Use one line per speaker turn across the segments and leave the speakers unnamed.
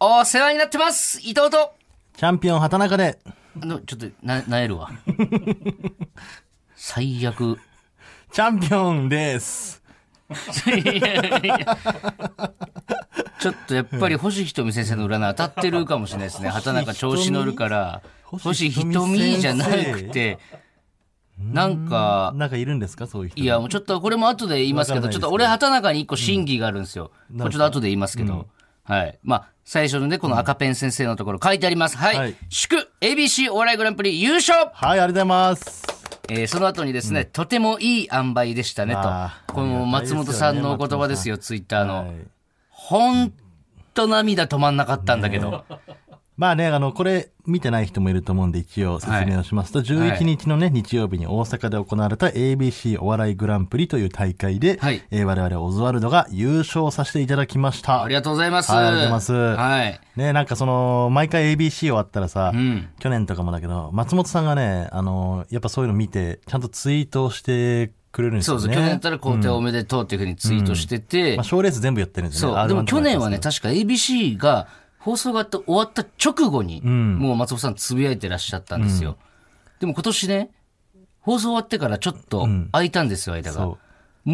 お世話になってます伊藤と
チャンピオン畑中で、
あの、ちょっと、な、なえるわ。最悪。
チャンピオンです。
ちょっとやっぱり星ひとみ先生の占い当たってるかもしれないですね。畑中調子乗るから、
星
星
ひ
ひ
と
と
み
み
先生
じゃなくて、なんか、
なんかいるんですかそういう人。
いや、もうちょっとこれも後で言いますけ
わ
ど、
かんない
ち
で
ょっ
すけど
と俺、畑中に一個審議があるんですよ。これちょっと後で言いますけど。はい。まあ、最初のね、この赤ペン先生のところ書いてあります。はい。
はい
祝 ABC お笑いグランプリ優勝
はい、ありがとうございます。
えーその後にですね、とてもいい塩梅でしたね
あー
と。この
あ
松
りがたいですよね
本さんのお言葉ですよ、ツイッターの。
はい
ほんと涙止まんなかったんだけど。
まあね、あの、これ見てない人もいると思うんで一応説明をしますと、
はい
11日のね、日曜日に大阪で行われた ABC お笑いグランプリという大会で、
はい
えー我々オズワルドが優勝させていただきました。
ありがとうございます。
はいありがとうございます
はい。
ねなんかその、毎回 ABC 終わったらさ、
ん
去年とかもだけど、松本さんがね、あの、やっぱそういうの見て、ちゃんとツイートをしてくれるんです
そう
よね。
です。去年だったら皇帝おめでとうっていうふうにツイートしてて
まあ、、賞レース全部やってるんですよね。
そう。で
R1
も
とか
去年は
や
ね、
って
確か ABC が放送が終わった直後に、もう松本さんつぶやいてらっしゃったんですよ。でも今年ね、放送終わってからちょっと空いたんですよ、間
ます
が
そ。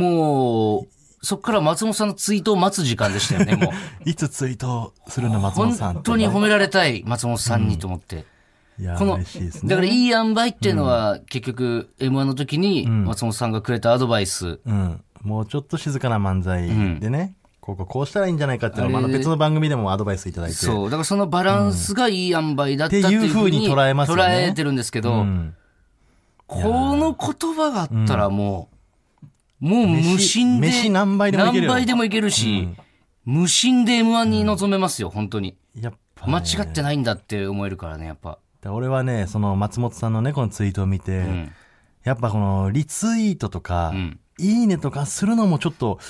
もう、そっから松本さんのツイートを待つ時間でしたよね、もう。
う。いつツイートするの松本さん
本当に褒められたい、松本さんにと思って。
いや
この、
嬉しいですね。
だからいい塩梅っていうのは、結局、M1 の時に松本さんがくれたアドバイス、
うん、もうちょっと静かな漫才でね、こうこうこうしたらいいんじゃないかっていうのを、ま
あ
あ
れ
別の番組でもアドバイスいただいて。
そう。だからそのバランスがいい塩梅だったっていうふうに
っていうふうに捉えますよね
捉えてるんですけど、
うん
この言葉があったらもう、もう無心で、
飯飯何杯でもいけるよ
何杯でもいけるし、無心で M1 に臨めますよ、本当に。
やっぱ、
間違ってないんだって思えるからね、やっぱ。
俺はね、その松本さんのね、このツイートを見て、
ん
やっぱこのリツイートとか、
ん
いいねとかするのもちょっと、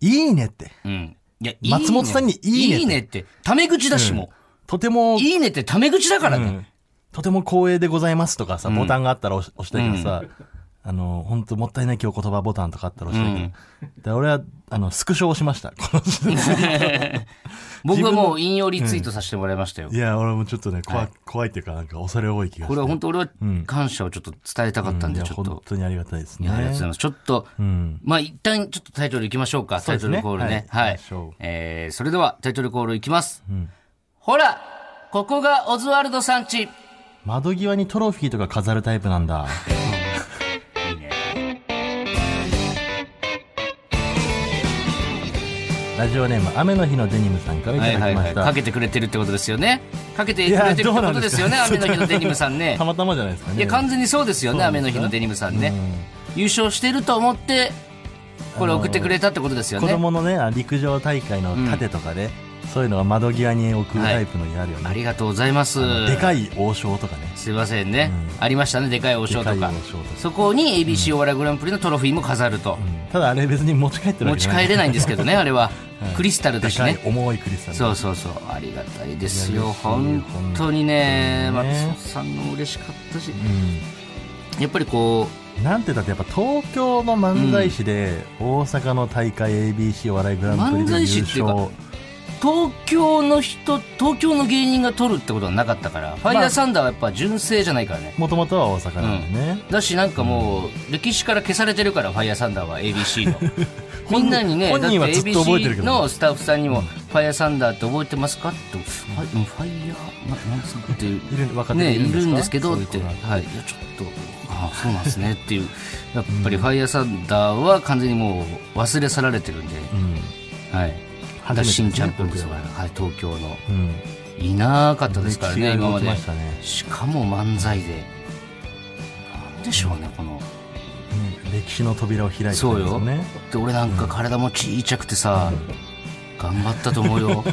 いいねって。
うん。いや、いいね
松本さんにいいねって
いいねって、タメ口だしも
とて
う、
も
いいねってタメ口だから
う
ね。
んとても光栄でございますとかさ、ボタンがあったら押し押したいけどさ、あの、本当もったいない今日言葉ボタンとかあったら押したいけど、だから俺は、あの、スクショをしました。こ の
僕はもう引用リツイートさせてもらいましたよ
い。や、俺もちょっとね、怖い、怖いっていうか、なんか恐れ多い気が
これは本当俺は感謝をちょっと伝えたかったん
い
で、
や、
ちょっと
本。当にありがたいです
い
ね。
やありがとうございます。ちょっと、
ん
まあ一旦ちょっとタイトルいきましょうか。タイトルコールね。
はい
はい。
行きましょう
えーそれではタイトルコールいきます。ほらここがオズワルドさんち
窓際にトロフィーとか飾るタイプなんだ。ラジオネーム、雨の日のデニムさんからいただきました。
かけてくれてるってことですよね。かけてくれてるってことですよね、
いやど
雨の
うなんですか
日のデニムさんね
た。またまじゃないですかね。
いや、完全にそうですよね、
そう
雨
ですね
の日のデニムさんね。優勝してると思って、これ送ってくれたってことですよ
子
ね。
供のね、あ陸上大会の盾とかね、そういうのは窓際に置くタイプのにあるよね。
ありがとうございます。
でかい王将とかね。
すいませんね。ありましたね、でかい王将と
で
か
かい王将と。か
そこに ABC お笑いグランプリのトロフィーも飾ると。
ただあれ別に持ち帰ってる
持
わけ
ち
じゃない
帰れないんですけ どね、あれは。
い
クリスタルだ
で
し
かい
ね。
重いクリスタル。
そうそうそう。ありがたいです
い
よ。
や嬉しい
本当にね、
本当にね
松本さんのも嬉しかったし。
うん
やっぱりこ
なんてだってやっぱ東京の漫才師で大阪の大会 ABC お笑いグランプリ
漫才
で
師
優
っていうかう、
勝
東京の人、東京の芸人が取るってことはなかったから、ファイヤーサンダーはやっぱ純正じゃないからね。
もともとは大阪なんでね、
だしなんかもう、歴史から消されてるから、ファイヤーサンダーは ABC の。みんなにね、
本人はずっと覚えてるけどね
だって ABC のスタッフさんにも、ファイヤーサンダーって覚えてますかって、ファイうんファイヤー、ななんつっていう。
いる若手
ね、
で
い
いるんですか、
るんですけど
そう
っ
いう子
て、
が
はい、いやちょっと、ああそうなんですねっていう、やっぱりファイヤーサンダーは完全にもう忘れ去られてるんで、
うん
はい、
初めてですね
新チャンピオンです
東京は
はい、東京の、
うん
いなかったですから
歴
ね、
史が
今ま
動き
で
ま。したね
しかも漫才で、なんでしょうね、この、
ね歴史の扉を開いてたんですよね
で俺なんか体もちいちゃくてさ、頑張ったと思う よ、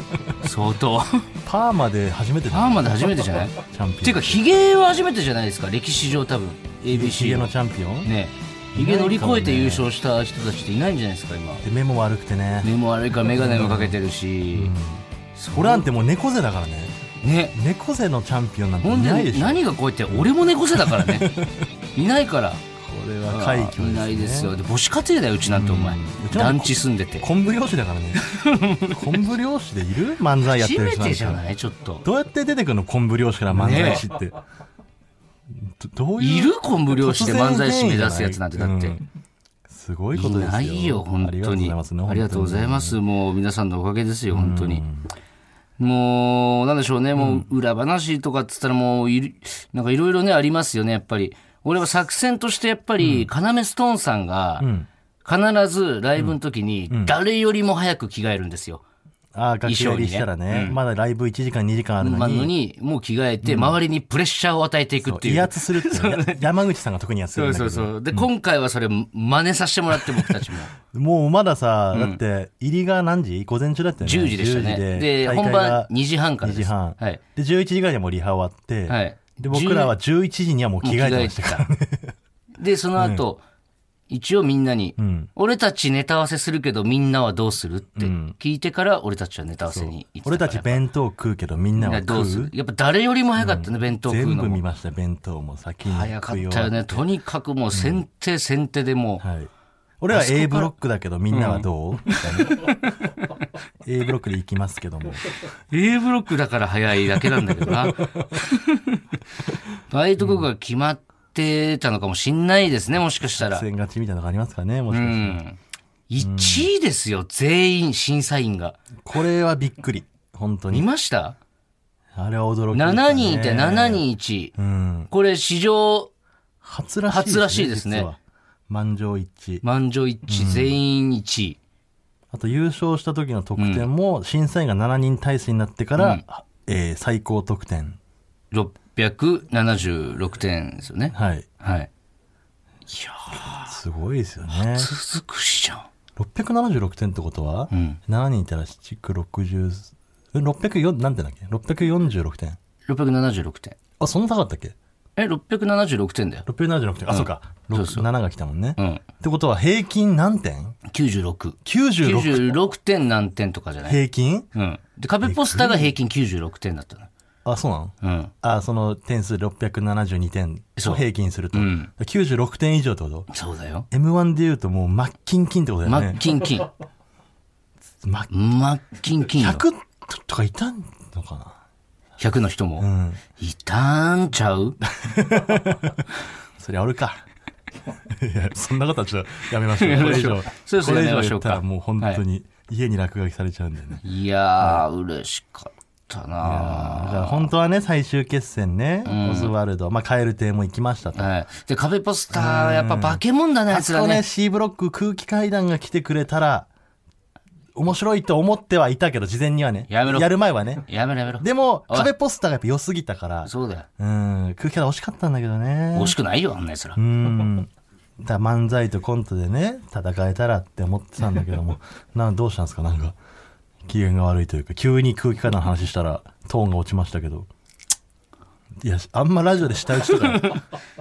相当。
パーマで初めて
パーマで初めてじゃない
チャンピオン
っていうか、ヒゲは初めてじゃないですか、歴史上多分、
ヒゲ
ABC
の
の。
チャンピオン、
ねひげ乗り越えて優勝した人たちっていないんじゃないですか今
で目も悪くてね
目も悪いから眼鏡もかけてるし、そう
俺なんてもう猫背だからね
ね
猫背のチャンピオンなんて
ほ
い
ん
ない
で
でしょ
何がこうやって俺も猫背だからねいないから
れは快挙ですね
いないですよ。で母子家庭だよ、うちなんてお前。
ちなんて
団地住んでて。
昆布漁師だか らね昆布漁師でいる漫才やって
初め
る人なん
て
て
じゃないちょっと。
どうやって出てくるの昆布漁師から漫才師って、どどういう
いる昆布漁師で漫才師目指すやつなんて、だって。
うんすごいことですよ
ないよ、本当に。ありがとうございます。もう皆さんのおかげですよ、本当に。もう、なんでしょうね、もう裏話とかっつったらもういる、なんかいろいろね、ありますよね、やっぱり。俺は作戦としてやっぱり、要ストーンさんが、必ずライブの時に、誰よりも早く着替えるんですよ。
ああ楽器やりしたらねまだライブ1時間2時間あるの
まあ
に、
のに、もう着替えて、周りにプレッシャーを与えていくっていう。
威圧するっていうね、山口さんが特にやってる
そう
んだけ
そ
ど
うそう。で、今回はそれ、真似させてもらって、僕たちも。
もうまださ、だって入りが何時午前中だったよね
10時で した
10
ね。
時
で、
大
本
会が
番2時半から
2
です。
時半、
はい。
で11時ぐらいでもうリハ終わって、
はい
で僕らは11時にはもう着替えてましたからね
で、その後、一応みんなに、
ん
俺たちネタ合わせするけどみんなはどうするって聞いてから、俺たちはネタ合わせに行って
俺たち弁当食うけどみんなは
らど
食
うす
う
るやっぱ誰よりも早かったね、弁当食う
全
の
部見
も。
ました弁当も先に
早か
食
っ
い終
た
わ
よね。とにかくもう先手先手でもう、
はい、俺は A ブロックだけどみんなはどう、みたいな A ブロックで行きますけども
A ブロックだから早いだけなんだけど な。ああいうとこが決まってたのかもしんないですね、もしかしたら。
戦勝ちみたいなのがありますかねもしか
う
して、
ん。1位ですよ、全員、審査員が。
これはびっくり本当
見
に
ました
あれは驚き、ね、
7人いて7人1位。
うん
これ史上
初らしい
初らしいですね
実は満場一致
満場一致、全員1位。
あと優勝した時の得点も審査員が7人体制になってから、えー最高得点
676点ですよね。
はい
はい。
すごいですよね
続くしじゃん。
676点ってことは、
ん
7人いたら7、60、え604、なんてだっけ ?646 点。
676点。
あ、そんな高かったっけ
え、676点だよ。
?676 点。あ、そうか。
そうそう
7が来たもんね、
う
っ
ん。
てことは平均何点
96。
?96
96点何点とかじゃない
平均
うん。で、壁ポスターが平均96点だったの。
あ、そうなの
うん。
あ、その点数672点
そう
を平均すると。
うん
96点以上ってこと
そうだよ。
?M1 で言うともうマッキンキンってことだ
マ
よ
ッ
ね。
キンキン。
マッ
マッキンキンよ。
100とかいたのか
100の人
な
も。
うん。
いたんちゃ う
それあるか。 いや、そんなことはちょっとやめましょう。これ以上。
そうそう
これ以
やめ
上
ましょ
言
う
っ
か
たらもう本当に家に落書きされちゃうんだよね。
いやー、嬉しかった
だ
な
から本当はね、最終決戦ね、オズワルド、まあ、カエル亭も行きましたと。
はい。で、壁ポスター、やっぱ化け物だね、あい
あ
つ
そ
ら
こね、
ね。
C ブロック空気階段が来てくれたら、面白いと思ってはいたけど、事前にはね。
やめろ
る前 はね。
やめろやめろ。
でも、
おい
壁ポスターがやっぱ良すぎたから、
そうだよ。
うん、空気階段惜しかったんだけどね
惜。しくないよ、あんな奴ら
う。ん。だから漫才とコントでね、戦えたらって思ってたんだけ ども、なんどうしたんですかなんか、機嫌が悪いというか、急に空気感の話したら、トーンが落ちましたけど。いや、あんまラジオで舌打ちとか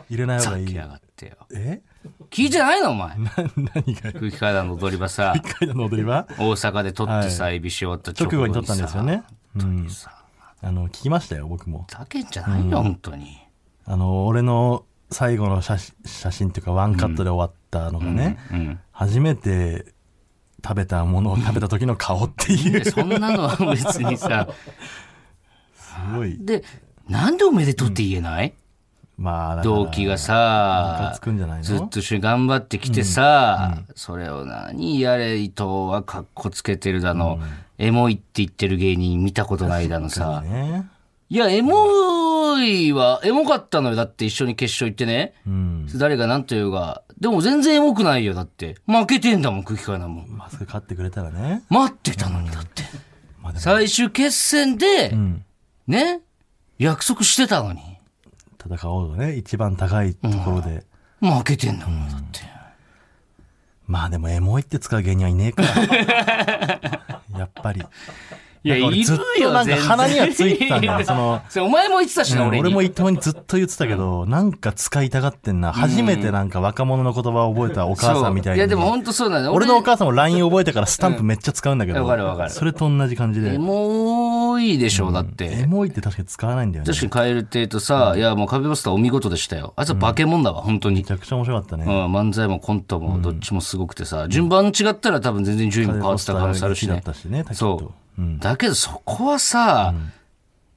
入れない方がい
来
い。
やがってよ。
え
聞いてないの、お前。
何が
空気階段の踊り場 さ、
一回の踊りは
大阪で撮ってさ、エビし終わった
直後に撮
さ
ったんですよ。ね。うん。
さ、
あの、聞きましたよ、僕も。
だけんじゃないよ、本当に。
あの、俺の最後の写真写真っていうか、ワンカットで終わったのがね、
うん。
初めて食べたものを食べた時の顔っていう
で、そんなのは別に さ、
すごい。
で、なんでおめでとうって言えない
まあ、だから
同期がさ
ムカつくんじゃないの
ずっと一緒に頑張ってきてさ、それを何やれ伊藤はかっこつけてるだの、エモいって言ってる芸人見たことないだのさ、
ね。
いやエモいはエモかったのよだって一緒に決勝行ってね、
うん。
誰が何と言うがでも全然エモくないよだって負けてんだもん空気階段も
マスク買ってくれたらね。
待ってたのにだって、
まあでも
最終決戦で、
うん。
ね約束してたのに
戦おうとね、一番高いところで。
負けてんだもんだって、
まあでも、エモいって使う芸人はいねえ から。やっぱり。
いや
なんか俺
いるよ
ずっとなんか
全然
鼻にはついてたんだよ。その、
それお前も言ってたしな、
うん
俺に
俺も伊藤にずっと言ってたけど、なんか使いたがってんな。初めてなんか若者の言葉を覚えたお母さんみた
そうい
いに。
やでも本当そうなの
俺のお母さんも LINE 覚えたからスタンプめっちゃ使うんだけど。
わかるわかる
それと同じ感じで。
エモモいでしょ、だって。
エモいって確かに使わないんだよね。
確かに蛙亭とさ、いやもう壁ポスターお見事でしたよ。あいつは化け物だわ、本当に
めち。ゃくちゃ面白かった
う
ね。
ん、漫才もコントもどっちもすごくてさ、順番違ったら多分全然順位も変わってた可能性あるし
だ
ね
っ。たしね、タキッ
そ
と。
う。だけどそこはさ、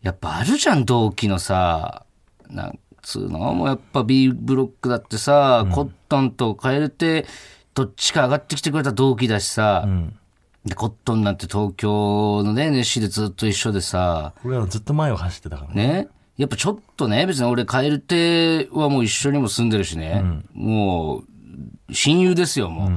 やっぱあるじゃん、同期のさ、なんつうの、もうやっぱ B ブロックだってさ、コットンとカエルて、どっちか上がってきてくれた同期だしさ、で、コットンなんて東京のね、NSC でずっと一緒でさ、
俺らずっと前を走ってたからね。
ね。やっぱちょっとね、別に俺、カエル亭はもう一緒にも住んでるしね、もう、親友ですよ、も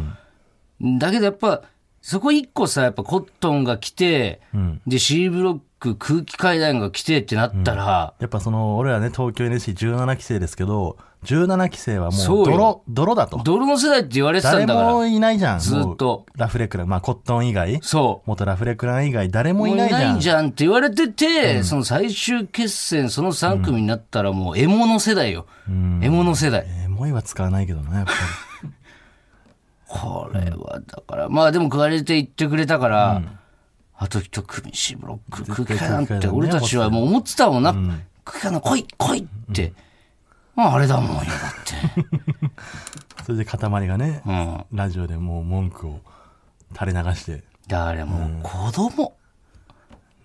う。だけどやっぱ、そこ一個さ、やっぱコットンが来て、で、C ブロック空気階段が来てってなったら、
やっぱその、俺らね、東京 NSC17 期生ですけど、17期生は
そう
も
よ
う泥、泥だと。
泥の世代って言われてた
誰
んだから、
もいないじゃん。
ずっ
も
と。
うラフレクラン、まあコットン以外、
そう。
元ラフレクラン以外、誰もいないじ
もう
ゃ
い
ん。
じゃんって言われてて、その最終決戦、その3組になったらもう、獲物世代よ。獲物世代。
エモいは使わないけどね、やっぱり。
これはだから、まあでも食われて言ってくれたから、あと一組 C ブロック空気階段っ
空気階
て
段ね
俺たちはもう思ってたもんな、空気階段来い来いって、まああれだもんよだって、
それで塊がね、
うん、
ラジオでもう文句を垂れ流して。
だからもう子供、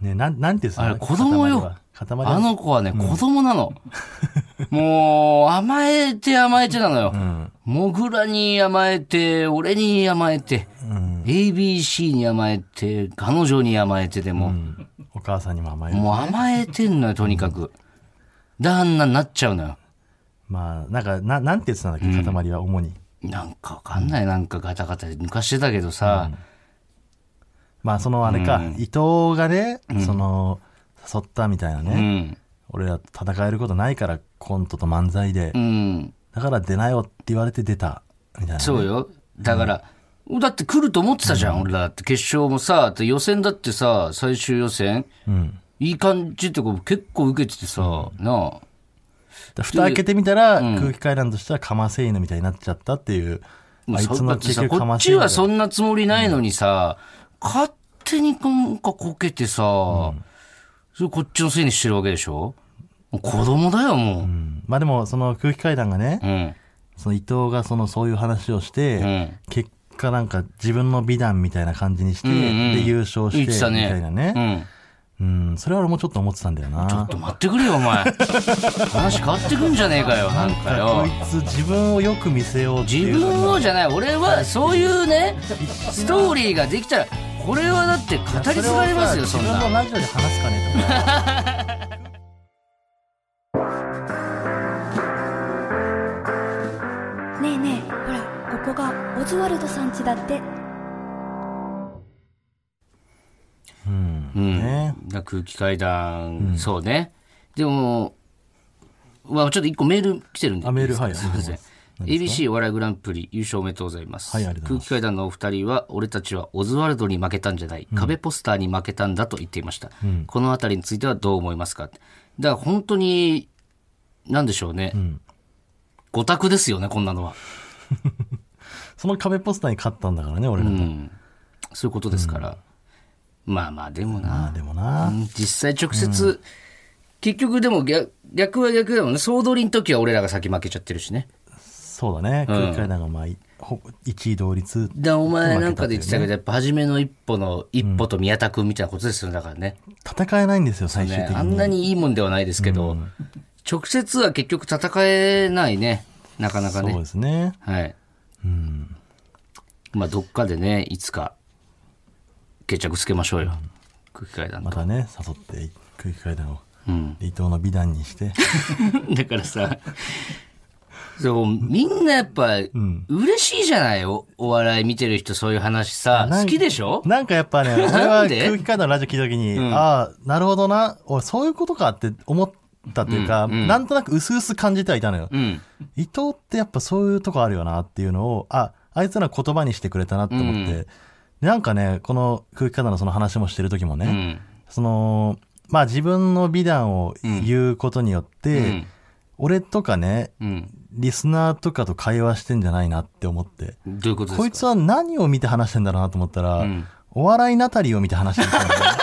ね、なん、なんて言うんですか
あれ子供よ
塊は。
あの子はね子供な の、もう甘えて甘えてなのよ、モグラに甘えて俺に甘えて、ABC に甘えて彼女に甘えてでも、
お母さんにも甘える。
もう甘えてんのよ、とにかく。で、あんなになっちゃうのよ。
まあ、なんか、ななんて言ってたんだっけ、塊は主に。
なんかわかんない、なんかガタガタで抜かしてたけどさ、
まあ、そのあれか、伊藤がね、その、誘ったみたいなね。
うん、
俺らと戦えることないから、コントと漫才で。
うん、
だから出なよって言われて出た。みたいなね。
そうよ。だから、だって来ると思ってたじゃん、俺らだって決勝もさ、で予選だってさ、最終予選、
うん。
いい感じってこう結構受けててさ、なあ、
だ蓋開けてみたら、空気階段としてはかませ犬みたいになっちゃったっていう。あいつ
だ
の
って
結
さ
局
こ
か
っ
ませ
ち
犬だ
はそんなつもりないのにさ、勝手になんかこけてさ、それこっちのせいにしてるわけでしょもう子供だよ、もう。
うんまあでも、その空気階段がね、
うん。
その伊藤がそのそういう話をし
う
て、
ん。
結果なんか自分の美談みたいな感じにして、
んうん
で優勝し
言
て、
っ
み
てた
た
ね
いなね。
うん。
うん、それは俺もちょっと思ってたんだよな。
ちょっと待ってくれよ、お 前。話変わってくんじゃねえかよ、なんかよ
こ。いつ自分をよく見せようって
自
いう
分をじゃない、俺はそういうね、ストーリーができたら、これはだって語り継がれますよ、そん
自分
な。
のラジオで話すかねとか
ねえねえほらここがオズワルドさん家だって
うん、
うん。
ね
だ空気階段、そうね。でも、まあちょっと一個メール来てるんで。
あメール
いいですか
はい
すみません。
何です
ABC お笑いグランプリ優勝おめでとうございます。
はいありがと
空
うございます
気階段のお二人は、俺たちはオズワルドに負けたんじゃない、壁ポスターに負けたんだと言っていました。このあたりについてはどう思いますかだから本当に、なんでしょうね。五択ですよね、こんなのは。
その壁ポスターに勝ったんだからね俺ら、
うん。そういうことですから。まあまあ、でもな。
まあでもな、
うん実際直接、結局でも逆逆は逆だもんね総取りの時は俺らが先負けちゃってるしね
そうだね空気階段がまあ、いほ1位同率
だお前なんかで言ってたけどやっぱ初めの一歩の一歩と宮田君みたいなことですよだからね,、
戦えないんですよ最終
ね
的
あ
に、
んなにいいもんではないですけど、直接は結局戦えないねなかなか
そう
ね
ですね
はい、まあどっかでねいつか決着つけましょうよ、空気階段
ま
と、
たね誘って空気階段を
うん
伊藤の美談にして
だからさ、そう、みんなやっぱ、嬉しいじゃないおお笑い見てる人、そういう話さ、
なん
好きでしょ
なんかや っぱね、俺
な
は
んで
空気階段のラジオ聞いた時に、ああ、なるほどな、俺そういうことかって思ったっていうか、なんとなく薄々感じてはいたのよ、
うん。
伊藤ってやっぱそういうとこあるよなっていうのを、あ、あいつら言葉にしてくれたなって思って、でなんかね、この空気階段のその話もしてる時もね、
うん。
その、まあ自分の美談を言うことによって、
うん
俺とかね、
うん。
リスナーとかと会話してんじゃないなって思って。
どういうことですか
こいつは何を見て話してんだろうなと思ったら、
ん
お笑いナタリーを見て話してるんですよね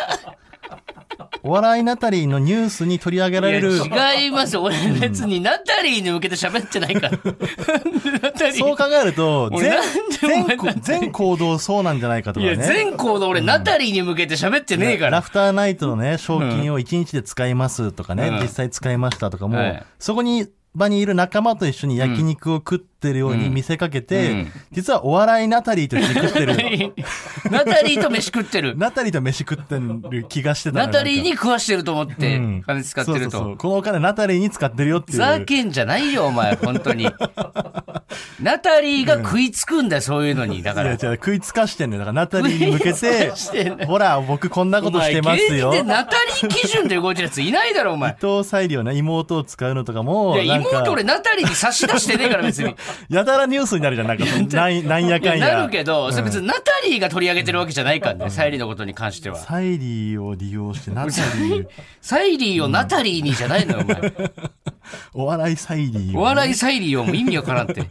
お笑いナタリーのニュースに取り上げられる、
いや違います。俺別にナタリーに向けて喋ってないから。ナタリー。
そう考えると、
俺
全
なんでお前
全全行動そうなんじゃないかと
い
かね。
や、全行動俺ナタリーに向けて喋ってねえか
ラ
ら。
フターナイトのね、賞金を1日で使いますとかね、
うん
実際使いましたとかも、
はい
そこに、場にいる仲間と一緒に焼肉を食ってるように見せかけて、
うん
実はお笑いナタリーと一緒に食ってる。
ナタリーと飯食ってる。
ナタリーと飯食ってる気がしてたの
ナ
よ
タリーに
なんか
食わしてると思って
うん、
金使ってる
そうそうそう
と。
このお金ナタリーに使ってるよって
ふ
いう。
ざけんじゃないよ、お前、本当 に。ナタリーが食いつくんだよ、そういうのに。だか
いや違
ら
う。、食いつかしてんのよ。だから、ナタリーに向けて
食いつかしてんの、
ほら、僕こんなことしてます
お
よ
前芸人。でナタリー基準で動いてるやついないだろ、お前。
伊藤沙莉をね、妹を使うのとかも、
いや、
なんか
妹俺ナタリーに差し出してねえから、別 に。
やたらニュースになるじゃん。なんかその、なんなんや
い
か
や
んや。
なるけど、それ別にナタリーが取り上げてるわけじゃないからね、サイリーのことに関しては。
サイリーを利用して、ナタリ ー、
サイリーをナタリーにじゃないのよ、お前。
お笑いサイリーを。
お笑いサイリーをもう意味わからん って。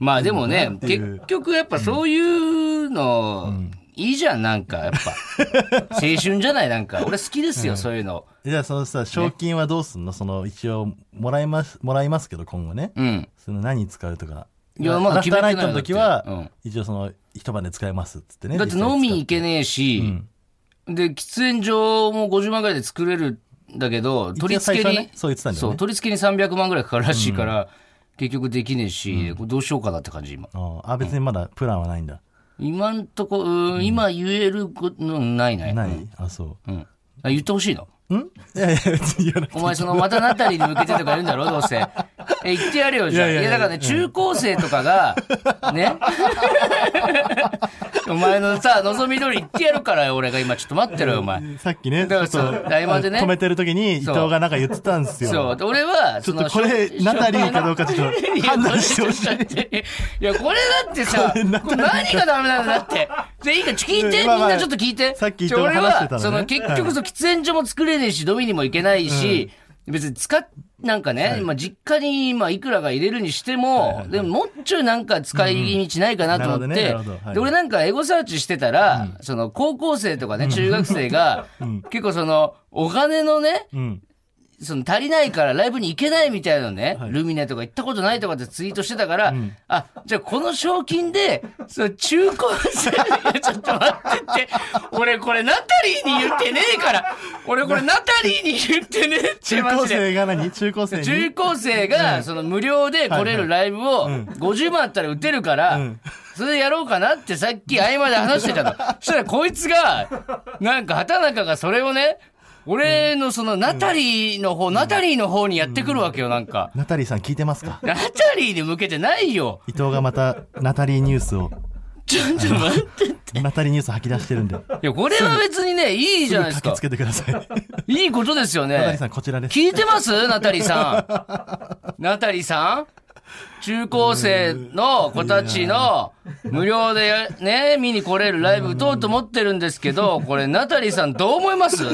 まあでもね
っ、ていう
結局やっぱそういうの、いいじゃん、なんか、やっぱ。青春じゃない、なんか。俺好きですよ、そういうの。
じゃあそのさ、賞金はどうすんのその、一応、もらいます、もらいますけど、今後ね。
うん。
その、何使うとか。
いやまだ
ラフターナイト
決
の
めて
時
ないよだっ
は
てうん、
一応その、一晩で使えますっつってね。
だって
実際使
飲み行けねえし、で、喫煙所も50万ぐらいで作れるんだけど、取り付
一
け
応最初
に、
はねそう言ってたんだよね
そう取り付けに300万ぐらいかかるらしいから、結局できねえし、これどうしようかなって感じ、今。
ああ、別にまだプランはないんだ。
今んとこ、うーん今言えること、うんないない。
ない、あ、そ
うん。あ言ってほしいの
う。んいやいや、別に言わなくて
お前そのまたナタリーに向けてとか言うんだろどうせ。え、言ってやるよ、じゃあ。い
い
や
やいやいや
だからね、中高生とかが、ね。お前のさ、望み通り言ってやるからよ、俺が今ちょっと待ってろよ、お前。
さっきね、ち
だか
ょ
らそ
っと
う大魔でね
止めてる時に伊藤がなんか言ってたんですよ。
そう、で俺は、
ち
そ
ょっ
の
とこれ
しょ
ナタリーかどうかちょっと判断してほしい。
いや、これだってさ、
これナ
これ何がダメなんだって。で、いいか、ちょ聞いて、みん
まあまあ
なちょっと聞いて。
さっき伊
ち
藤
ょ
が
俺
話してた
は、そ
のね
の結局、そう喫煙所も作れねえし、飲みにも行けないし、別に使っ、なんかね、今実家に今いくらが入れるにしても、でももうちょいなんか使い道ないかなと思っ
な
て、
るほどねなるほどはい
で、俺なんかエゴサーチしてたら、その高校生とかね、中学生が、結構その、お金のね、
うん。
その足りないからライブに行けないみたいなのね、
はい
ルミネとか行ったことないとかってツイートしてたから、あ、じゃあこの賞金で、その中高生、いやちょっと待ってって、俺これナタリーに言ってねえから、俺これナタリーに言ってねえって
中
マ
高
ジで。
生が何中高生
中
に
高生が、その無料で来れるライブを、50万あったら打てるから、それでやろうかなってさっき合間で話してた の。そしたらこいつが、なんか畑中がそれをね、俺のそのナタリーの方、ナタリーの方にやってくるわけよ、なんか。
ナタリーさん聞いてますか
ナタリーに向けてないよ。
伊藤がまたナタリーニュースを、
ちょっと待って。い
ナタリーニュース吐き出してるんで、
や、これは別にね、いいじゃないです
駆け
か
つ。けてください。ナ
いいことですよ
タリー
ね
さ。んこちらです。
聞いてますナタリーさん。ナタリーさん中高生の子たちの無料でやね、見に来れるライブ打とうと思ってるんですけど、これナタリーさんどう思います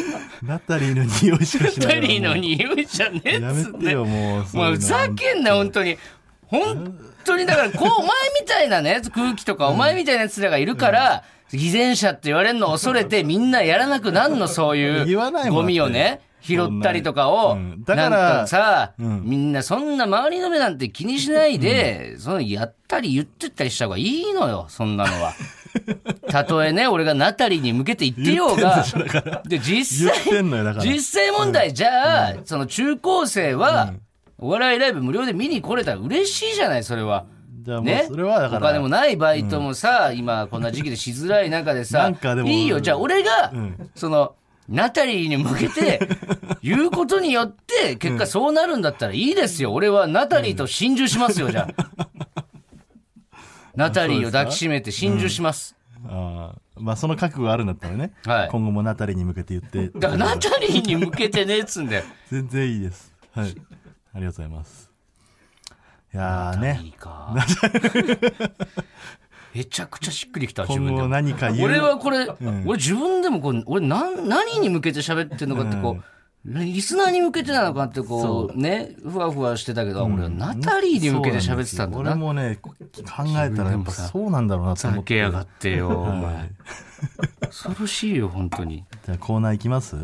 ナタリーの匂いしかし
ナ
な
タ
い。
リーの匂いじゃねえ
や
っ
め
つってて。
よ、
も
もう。そういううの
ふざけんな、本当に。本当に、だから、 こう、お前みたいなね、空気とか、お前みたいな奴らがいるから、偽善者って言われるのを恐れて、みんなやらなくなんの、そうい、
言わないうも
ゴ
ん
ミをね、拾ったりとかを、
うんだ
な
か
ん
ら
かさ、
うん
みんなそんな周りの目なんて気にしないで、そのやったり言ってったりした方がいいのよ、そんな のは。たとえね、俺がナタリーに向けて言ってようが、で、実
言
際
っ、てんのよ、だから。
実際問題、じゃあ、その中高生は、お笑いライブ無料で見に来れたら嬉しいじゃない、それは。
じゃあもう
ね、
それはだか
お金
ら、
もないバイトもさ、今こんな時期でしづらい中で
な
さ
んかでも
いいよじゃあ俺が、
ん
そのナタリーに向けて 言うことによって結果そうなるんだったらいいですよ俺はナタリーと心中しますよ、じゃ あナタリーを抱きしめて心中します、
あーまあその覚悟があるんだったらね、
はい
今後もナタリーに向けて言って、
だからナタリーに向けてねっつうんだよ
全然いいです。はい。ありがとうございます。いやー
いい
ね、
か。 めちゃくちゃしっくりきた、自
今
分でも。
後何か言う。
俺はこれ、俺自分でもこう、俺何、何に向けて喋ってんのかってこう、リスナーに向けてなのかってこう、ね、ふわふわしてたけど、俺はナタリーに向けて喋ってたんだ
そう
な。
なですよ俺もね、考えたらやっぱそうなんだろうなと思
避
って。
けやがってよ、お
は
前。恐ろしいよ、本当に。
じゃあコーナー行きます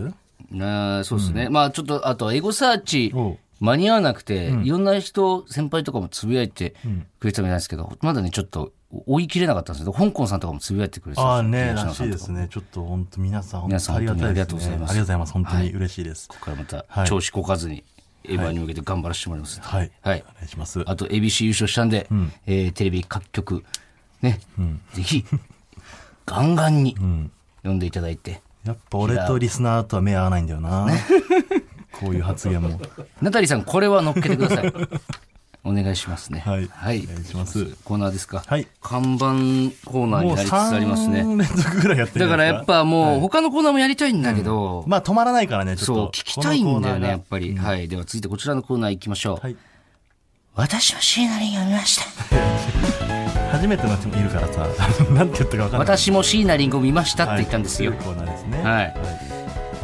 あーそうですね。まあちょっと、あと、エゴサーチ
おう、
間に合わなくて、いろんな人、先輩とかもつぶやいてくれてたみたいですけど、まだね、ちょっと追い切れなかったんですけど、香港さんとかもつぶやいてくれて
あ
た
あ
んです
ね
よ
らしいで
吉野さん
す。
とかも
ねちょっと本当皆さん
皆さん
ありがたいで
本当にありが
す、ね、
とうございます
ありがとうございます本当に嬉しいです
ここからま
は
た、
い
調子こかずに、エヴァに向けて頑張らせてもらいます。
はい、
はい
お。願いします
あと ABC 優勝したんで、えーテレビ各局、ね、ぜひ、ガンガンに読んでいただいて、
やっぱ俺とリスナーとは目合わないんだよなこういう 発言も
ナタリーさん、これは乗っけてくだ さい。お願いしますね。
はい
はい。
お願いします
コーナーですか。
はい
看板コーナーに
もう
なりつつありますね。
3連続ぐらいやってる
だ
んじ
か
ゃな
ら
いです
やっぱもう、他のコーナーもやりたいんだけど、
まあ止まらないからねちょっと
そう、聞きたいんだよ
このコーナー
ね、
が
やっぱり。はい。では続いてこちらのコーナー行きましょう。
はい
私は椎名林檎を見ました。
初めての人もいるからさ なんて言ったか分かんない
私も椎名林檎を見ましたって言ったんですよ。
はいそういうコーナーですね
はい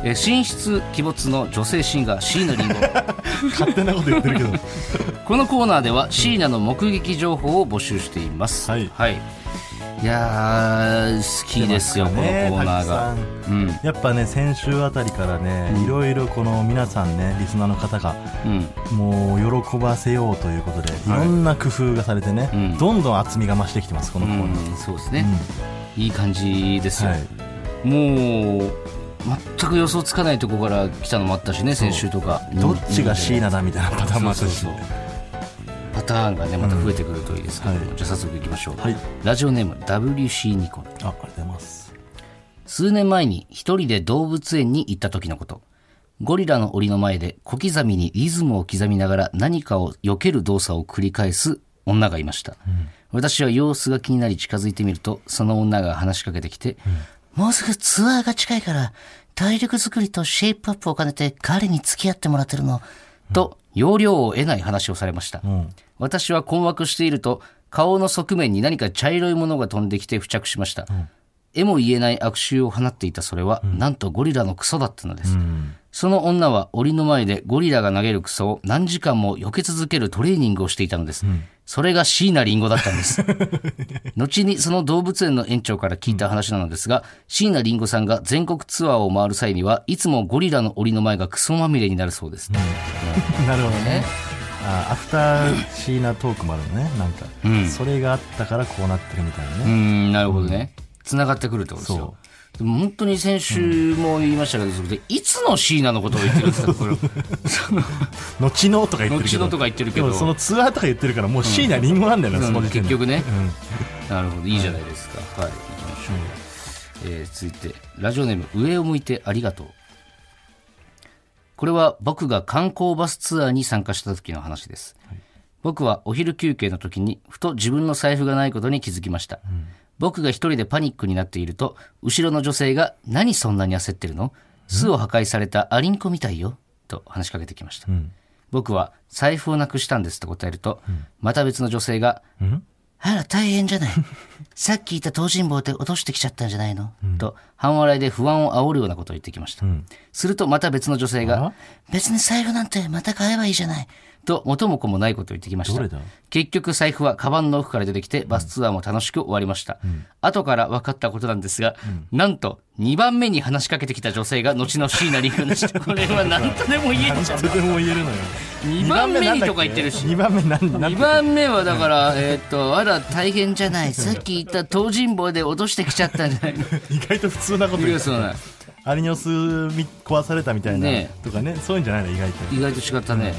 えー神出鬼没の女性シンガー椎名林 檎
勝手なこと言って るけど
このコーナーでは椎名の目撃情報を募集しています
は
い、
い
いやー好きですよ
来てますから
こ
ね
のコーナーが、
たくさん
うん
やっぱね先週あたりからね、いろいろこの皆さんねリスナーの方が
うん、
もう喜ばせようということで、い、ろんな工夫がされてね、
うん
どんどん厚みが増してきてますこのコーナー、
うんそうですね、いい感じですよ、
はい
もう全く予想つかないとこから来たのもあったしね先週とか
どっちが椎名だみたいなパターンもあったし
そうそうパターンがねまた増えてくるといいですけど、
うんはい
じゃあ早速いきましょう、
はい
ラジオネーム WC ニコル
あありがとうございます
数年前に一人で動物園に行った時のこと。ゴリラの檻の前で小刻みにリズムを刻みながら何かを避ける動作を繰り返す女がいました。私は様子が気になり近づいてみると、その女が話しかけてきて、もうすぐツアーが近いから、体力作りとシェイプアップを兼ねて彼に付き合ってもらってるの、と、要領を得ない話をされました。私は困惑していると、顔の側面に何か茶色いものが飛んできて付着しました。えも言えない悪臭を放っていたそれは、なんとゴリラのクソだったのです。その女は檻の前でゴリラが投げるクソを何時間も避け続けるトレーニングをしていたのです。それが椎名林檎だったんです。 後にその動物園の園長から聞いた話なのですが、椎名林檎さんが全国ツアーを回る際には、いつもゴリラの檻の前がクソまみれになるそうです。
なるほど
ね
ねあアフター椎名トークもあるのねなんか、それがあったからこうなってるみたいな
うー
ね、
んなるほどね、繋がってくるってことですよでも本当に先週も言いましたけど、それでいつの椎名のことを言ってるんですか、これその
後のとか言ってるけど
後のとか言ってるけど
でもそのツアーとか言ってるからもう椎名林檎なんだよね、その時点
結局
で
ね、なるほど、いいじゃないですか、はい、行きましょう、えー続いて、ラジオネーム、上を向いてありがとう。これは僕が観光バスツアーに参加した時の話です。僕はお昼休憩の時にふと自分の財布がないことに気づきました、僕が一人でパニックになっていると後ろの女性が「何そんなに焦ってるの巣を破壊されたアリンコみたいよ」と話しかけてきました、僕は「財布をなくしたんです」と答えると、また別の女性が「あら大変じゃない さっきいた東尋坊で落としてきちゃったんじゃないの、と半笑いで不安を煽るようなことを言ってきました、するとまた別の女性が「別に財布なんてまた買えばいいじゃない」と元も子もないことを言ってきました
どれだ
結局財布はカバンの奥から出てきてバスツアーも楽しく終わりました、後から分かったことなんですが、なんと2番目に話しかけてきた女性が後の椎名林檎でしたこれは何とでも言えるじゃん
とでも言えるのよ
2番目にとか言ってるし
2番目なんだっけ
2番目はだから、えーっと、あら、大変じゃない。さっき言った東尋坊で落としてきちゃったんじゃ ないの
意外と普通なこと言う
そうな
アリニョスみ壊されたみたいな
ね
とかねそういうんじゃないの意外と
意外と違ったね。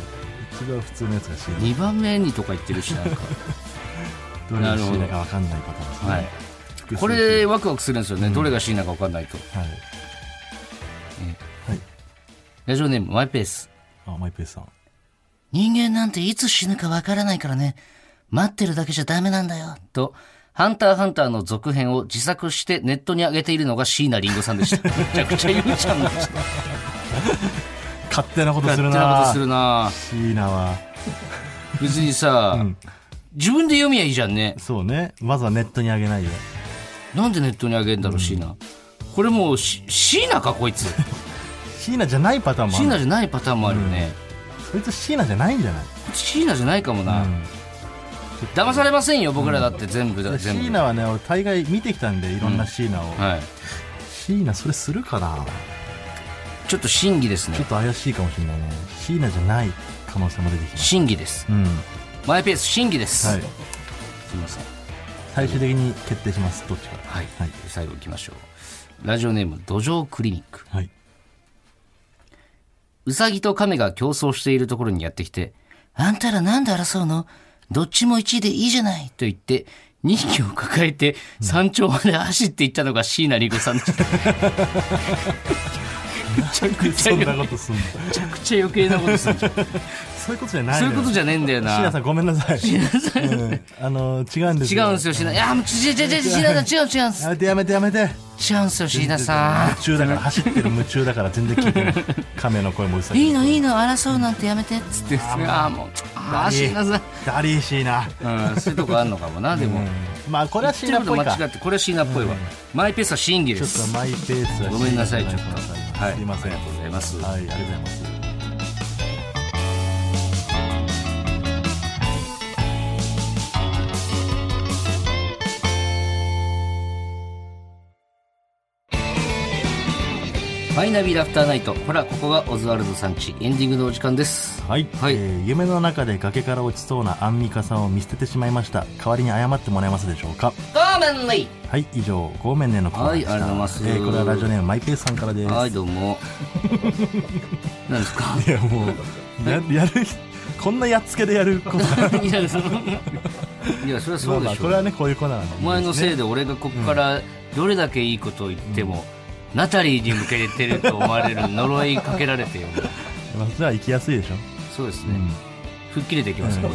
一番普通のやつが知らない
2番目にとか言ってるし、なんか。
どれが知らないか分かんないパターンですね、
はい
複数
これでワクワクするんですよね。どれが椎名か分かんないと。
はい、はい、
ラジオネーム、マイペース。
あマイペースさん
人間なんていつ死ぬかわからないからね。待ってるだけじゃダメなんだよ。と、ハンター×ハンターの続編を自作してネットに上げているのが椎名林檎さんで した。めちゃくちゃ言うちゃんでした。
勝手なことす
勝手な
る
こと
な
するな
シーナは
別にさ、自分で読みゃいいじゃんね。
そうねまずはネットにあげないよ
なんでネットに上げんだろう、椎名。これもう、し椎名か、こい つ。
シーナじゃないパターンもあ
椎
る
名じゃないパターンもあるよね。
そいつシーナじゃないんじゃない
こいつ椎名じゃないかもな。
ん
騙されませんよ、僕らだって全部だ、
シ
全
ー
部。
ナはね俺大概見てきたんでいろんなシーナを、
はい。
シーナそれするかな
ちょっと審議ですね
ちょっと怪しいかもしれないね椎名じゃない可能性も出てきます
審議です
うん
マイペース審議です、
はい
すいません
最終的に決定しますどっちか
はい、
はい、
最後いきましょうラジオネーム土壌クリニック
はい、
ウサギとカメが競争しているところにやってきて、あんたらなんで争うのどっちも1位でいいじゃないと言って、2匹を抱えて山頂まで走っていったのが椎名林檎さんでした。めちゃくちゃ
そん
余計、
なこと すんの
めちゃくちゃ余計なことするじゃん。
そういうことじゃない
そういうことじ
ゃ
ゃねえんだよ
椎名
な
さ。んごめん なさい椎名さん、うん、あの違うんです
違うんですよ、椎名。いや、もう、違う違う違う、椎名さん、違う違うんです。
やめてやめてやめて
違うんですよ、椎名さ
夢中だから走ってる夢中だから全然聞 いてない亀の声もうるさ
ん。
い
いいの、いいの、争うなんてやめて、つって。ああ、もう、ああ、椎名さん。
ダリー椎名
うん、そういうとこあんのかもな、でも。
まあこれは椎
言
名
っ
って
る
ぽ
こ
い
と
か
間違ってこれはシーナっぽいわ、マイペースは審議で
ちょっ
す
とマイペースは
ごめんなさいちょっと
は、
はいい
すいません
ありがとうございます
はいありがとうございます
マイナビラフターナイトほらここがオズワルドさんちエンディングのお時間です
はい、
はい
えー夢の中で崖から落ちそうなアンミカさんを見捨ててしまいました代わりに謝ってもらえますでしょうか
ごめんね
はい以上「ごめんね」のコーナーでした
はいありがとうございます
えーこれはラジオネームマイペースさんからです、
はい
い、
どうも何です か
やもうややるこんなやっつけでやること
いや そのいやそれはそう
まあま
で
あ
し
こ
ょ
れはねこういうコーナーなんで
お前のせい
で
で俺がここからどれだけいいことを言っても、ナタリーに向けてると思われる呪いかけられてよ
すねまあそれは行きやすいでしょ
そうですね、吹っ切れていきます よ、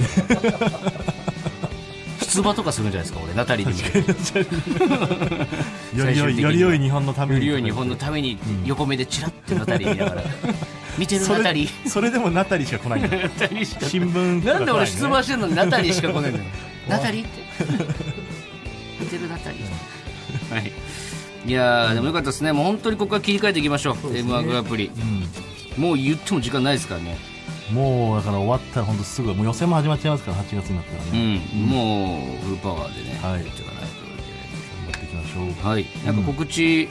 出馬とかするんじゃないですか俺ナタリーに向けて
より良
最終的
い
に
よ
は
り良い日本のため
よ
に
り良い日本のために横目でチラッてナタリー見な がら見てる
そ
ナタ
れ
リー
それでもナタリーしか来ないん だ
ナタリーしか
新聞
なんで俺
質
出
問
馬してるのにナタリーしか来ないんだよナタリーって見てるナタリーはいいやーでもよかったですねもう本当にここから切り替えていきましょう m 1グランプリもう言っても時間ないですからね
もうだから終わったら本当すぐもう予選も始まっちゃいますから8月になったら
うん
ね、
もうフルパワーでね
はい
やっていかないといけない
頑張っていきましょう
はい、なんか告知、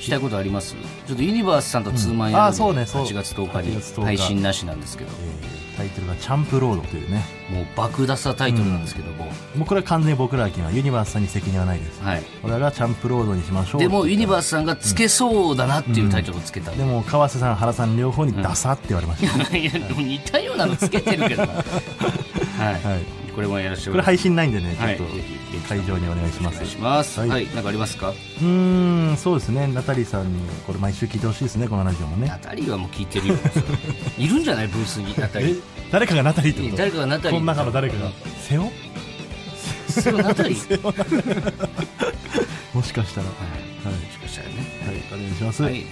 したいことありますちょっとユニバースさんとツーマンや
うんあ
る
そうねそう
8月10
8月
日
10
に
日
配信なしなんですけど、
えータイトルが「チャンプロード」というね
もう爆ダサタイトルなんですけども、
もうこれは完全に僕らにはユニバースさんに責任はないです、
はい、
俺らがチャンプロードにしましょう
でもユニバ
ー
ースさんがつけそうだなっていうタイトルをつけた、
でも川瀬さん原さん両方に「ダサ」って言われました、
いやでも似たようなのつけてるけ どなはい、
はい、
これもやらせても
これ
らい
配信ないんでね、
はい
ちょっ
ぜひぜひ
と会場にお願いしま
お
す
願いします
は
はいい、なんかありますか
うーんそうですねナタリーさんにこれ毎週聞いてほしいですねこのラジオもね
ナタリーはもう聞いてるよいるんじゃないブースにナタリ
え
ー
誰かがナタリーってこと
誰かがナタリー
この中の誰かが背負
それはナタリ ー、はい、
もしかしたらは
もしかしたらね
い、はい、お願いします、
はい、えー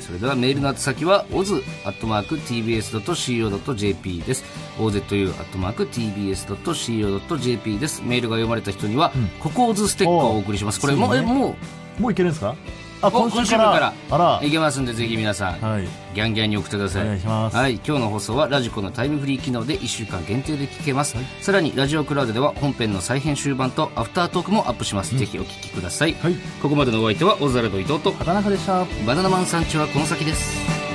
それではメールの宛先は oz.tbs.co.jp です ozu.tbs.co.jp ですメールが読まれた人には、
ん
ここオズステッカーをお送りしますこれもう,、
そう
え
ね
もう
もういけるんですかあ
お今週分から
あ
いけますんでぜひ皆さん、
らはい
ギャンギャンに送ってください
お願いします
はい、今日の放送はラジコのタイムフリー機能で1週間限定で聞けます、さらにラジオクラウドでは本編の再編集版とアフタートークもアップします、ぜひお聞きください、
はい
ここまでのお相手はオズワルド伊藤と
畑中でした
バナナマンさんちはこの先です